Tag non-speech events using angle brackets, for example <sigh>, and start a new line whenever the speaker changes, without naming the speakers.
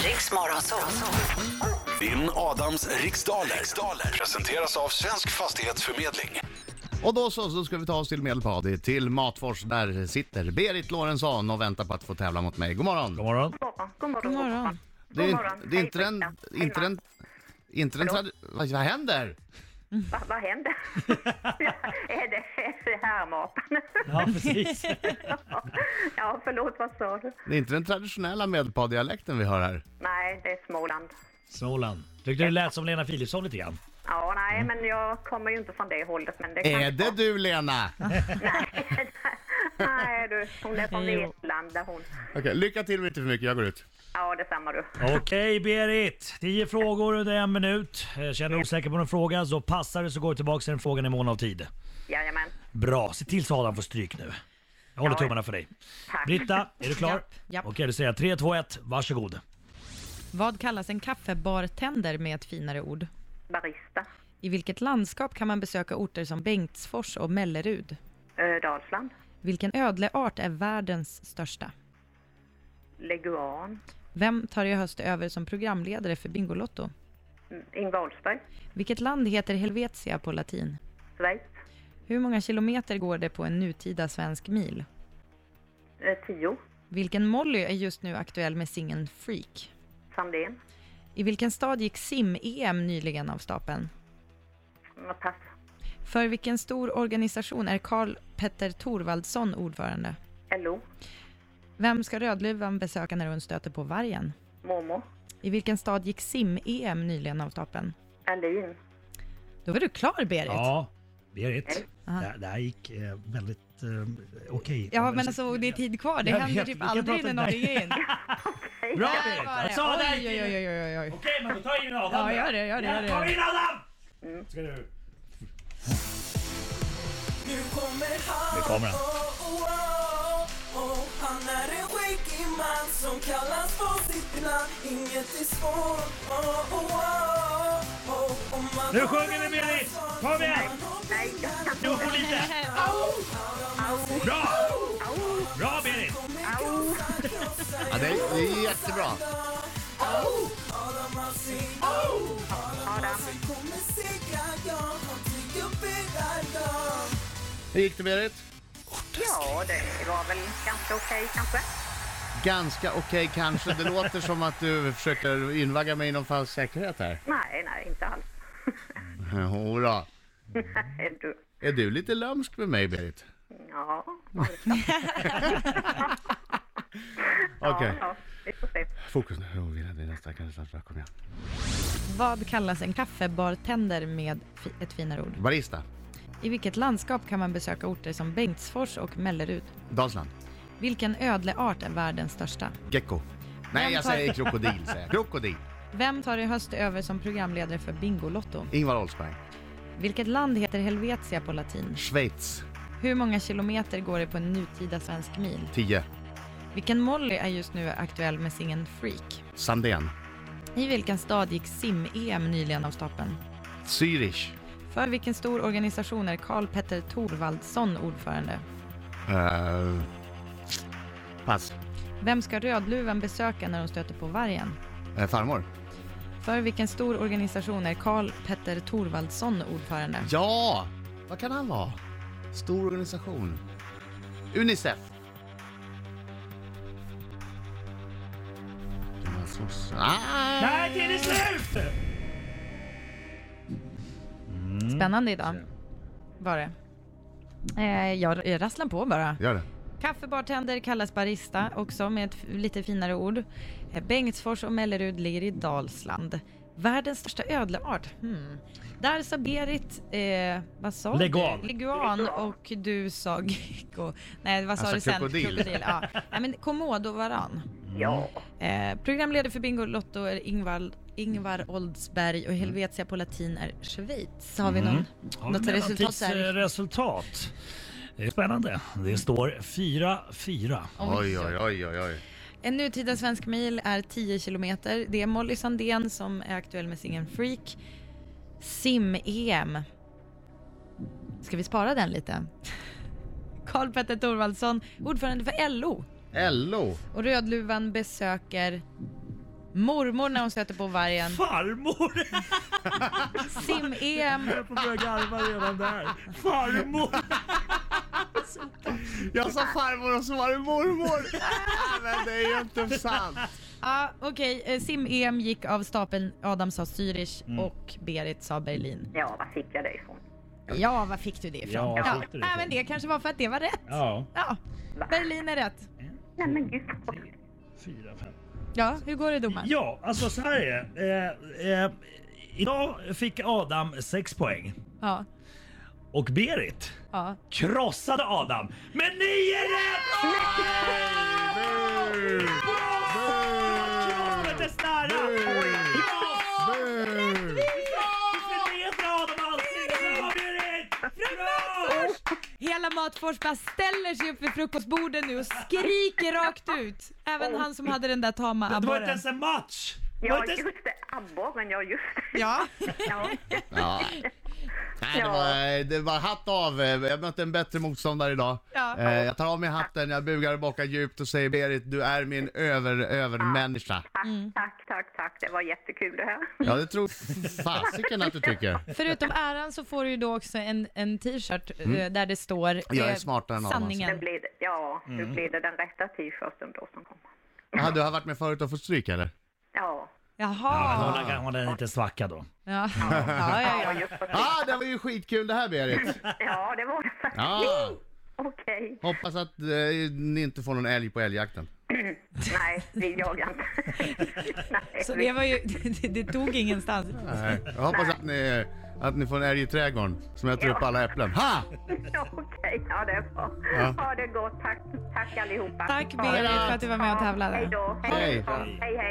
Riks Morgonzoo.
Vinn Adams riksdaler. riksdaler presenteras av Svensk Fastighetsförmedling.
Och då så, så ska vi ta oss till Medelpad, till Matfors. Där sitter Berit Lorentzon och väntar på att få tävla mot mig. God morgon!
God morgon.
God morgon. God morgon.
Det
God
är,
morgon.
det är
Hej,
inte den...
Britta.
Inte
Hej,
den inte den trad- vad, vad händer?
Va, vad händer? ja, är det härmapan?
Ja, precis.
<laughs> ja, förlåt, vad sa du?
Det är inte den traditionella Medelpad-dialekten vi hör här.
Nej, det är Småland.
Småland. Tyckte du det lät som Lena Philipsson lite grann?
Ja, nej, men jag kommer ju inte från det hållet. Men det kan
Mm. Är det du Lena?
Nej, <laughs> nej, du. Hon är från
Jo.
Vetlanda, hon.
Okej, lycka till men inte för mycket, jag går ut.
Ja, detsamma du.
Okej Berit, 10 frågor under en minut. Eh, Känner du osäker på någon fråga så passar du så går du tillbaka till den frågan i mån av tid.
Jajamän.
Bra, se till så Adam får stryk nu. Jag håller
Ja.
tummarna för dig.
Tack.
Britta, är du klar?
Japp, japp.
Okej, då säger jag 3, 2, 1, varsågod.
Vad kallas en kaffebartender med ett finare ord?
Barista.
I vilket landskap kan man besöka orter som Bengtsfors och Mellerud?
Ö, Dalsland.
Vilken ödleart är världens största?
Leguan.
Vem tar i höst över som programledare för Bingolotto?
Mm, Ingvar Oldsberg.
Vilket land heter Helvetia på latin?
Schweiz.
Hur många kilometer går det på en nutida svensk mil?
Ö, Eh, Tio.
Vilken Molly är just nu aktuell med singeln Freak?
Sandén.
I vilken stad gick sim-EM nyligen av stapeln?
Mm, Pass.
För vilken stor organisation är Karl Petter Thorvaldsson ordförande?
LO.
Vem ska Rödluvan besöka när hon stöter på vargen?
Mormor.
I vilken stad gick sim-EM nyligen av stapeln?
Alin.
Då var du klar Berit!
Ja, Berit.
Aha.
Det, det här gick eh, väldigt eh, okej.
Ja, men alltså det är tid kvar, det
Jag
händer
vet,
typ
vi kan
aldrig
prata
när
om
någon
det. <laughs>
ringer in.
Bra
Där
Berit!
var
Jag
det.
sa
Oj, oj, oj, oj, oj, oj.
Okej, men då tar jag in Adam
Ja,
då.
gör det, gör det, gör det. Mm.
Kom in Adam! Ska du...
Nu kommer han,
Nu kommer han.
Oh, oh, oh, oh. Han är en skäggig man som kallas på sitt namn Inget är svårt, oh, oh, oh, oh. Om man
Nu sjunger vi, Berit! Kom igen!
Nej, jag kan
Du får lite! Bra! Bra Berit!
Ja, det, är, det är jättebra.
Adam.
Hur gick det Berit?
Ja, det var väl ganska okej kanske.
Ganska okej kanske. Det låter som att du försöker invagga mig i någon falsk säkerhet här.
Nej, nej, inte alls. <laughs>
Jodå.
Nej, du.
Är du lite lömsk med mig Berit?
Ja,
Okej,
ja, ja, vi får se.
fokus nu. Oh, vi är nästa kanske snart. Kom igen.
Vad kallas en kaffebartender med fi- ett finare ord?
Barista,
I vilket landskap kan man besöka orter som Bengtsfors och Mellerud?
Dalsland,
Vilken ödleart är världens största?
gecko. Nej,
Vem
jag
tar-
säger krokodil. Säger jag. Krokodil.
Vem tar i höst över som programledare för Bingolotto?
Ingvar Oldsberg,
Vilket land heter Helvetia på latin?
Schweiz,
Hur många kilometer går det på en nutida svensk mil?
10.
Vilken Molly är just nu aktuell med singeln Freak?
Sandén,
I vilken stad gick sim-EM nyligen av stapeln?
Zürich,
För vilken stor organisation är Karl Petter Thorvaldsson ordförande?
Eh, pass.
Vem ska Rödluvan besöka när de stöter på vargen?
Eh, farmor.
För vilken stor organisation är Karl Petter Thorvaldsson ordförande?
Mm. Ja! Vad kan han vara? Stor organisation. Unicef. Kan man slåss? Ah!
Där är det slut!
Spännande idag var det. Eh, jag, jag rasslar på bara.
Gör det.
Kaffebartender kallas barista också med ett f- lite finare ord. Eh, Bengtsfors och Mellerud ligger i Dalsland. Världens största ödleart. Hmm. Där sa Berit, eh, vad sa
Leguan.
du? Leguan. och du sa gecko. Nej, vad sa
sa
du sen?
Alltså, krokodil.
Ja. Nej, men komodovaran.
Ja,
Eh, programledare för Bingolotto är Ingvar, Ingvar Oldsberg och Helvetia på latin är Schweiz. Mm. Har vi någon, eh, något resultat där?
eh, resultat. Det är spännande. Det står 4-4.
Oj, oj, oj, oj, oj.
En nutida svensk mil är 10 kilometer. Det är Molly Sandén som är aktuell med singeln Freak. Sim-EM. Ska vi spara den lite? <laughs> Karl Petter Thorvaldsson, ordförande för LO.
LO.
Och Rödluvan besöker Mormor när hon stöter på vargen. <laughs>
Farmor! <laughs>
Sim-EM.
Jag är på att börja garva redan där. Farmor!
Jag sa farmor och så var det mormor! Ah, Men det är ju inte <laughs> sant!
Ja, Okej, eh, sim-EM gick av stapeln. Adam sa Zürich
Mm.
och Berit sa Berlin.
Ja, var fick jag det ifrån?
Ja, vad fick du det ifrån?
Ja, var fick du det
Nej,
ifrån?
men det kanske var för att det var rätt.
Ja,
Ja, Berlin är rätt.
Nej men gud.
fyra, fem.
Ja, hur går det domaren?
Ja, alltså så här är det. eh, eh, Idag fick Adam 6 poäng
Ja,
och Berit
ja.
krossade Adam med 9 rätt!
Bu!
Kross med dess nära! Kross!
Bu!
Du förnedrar Adam alltid! Bra Berit! Bra!
Hela Matfors bara ställer sig upp vid frukostbordet nu och skriker rakt ut. Även han som hade den där tama
Det var inte
abborren.
ens en match! Det var
Ja,
inte ens-
just det. Abborren, ja just det.
<laughs>
Ja,
<laughs> Ja.
Ja. Nej, det, var, det var hatt av. eh, Jag mötte en bättre motståndare idag.
Ja.
Eh, Jag tar av mig hatten, jag bugar och bockar djupt och säger Berit, du är min över, övermänniska.
Tack, tack, tack, tack. Det var jättekul det här.
Ja, det tror fasiken att du tycker.
förutom äran så får du ju då också en, en t-shirt eh, där det står eh,
Mm. Jag är smartare än alltså. Adam,
Nu
sanningen.
blir det, ja, nu
Mm.
blir det den rätta t-shirten då som kommer.
Jaha, du har varit med förut och fått stryk eller?
Ja,
Jaha.
Hon har- Hon är lite svacka då.
Ja, ja, ja.
ja,
ja.
just det.
Ah, det var ju skitkul det här Berit!
Ja, det var det faktiskt.
Ja.
Okej.
Hoppas att eh, ni inte får någon älg på älgjakten.
Nej, vi jagar inte. <laughs> Nej,
Så
vi-
det var ju, <laughs> det, det tog ingenstans.
Nej. Jag hoppas att ni, att ni får en älg i trädgården som äter upp alla äpplen. Ha!
Ja, Okej, ja det är bra.
Ja.
Ha det gott. Tack, tack allihopa.
Tack
Ja,
Berit för att du var med och
ja, Hej
tävlade.
då.
Hej.
Ja, Hej, hej.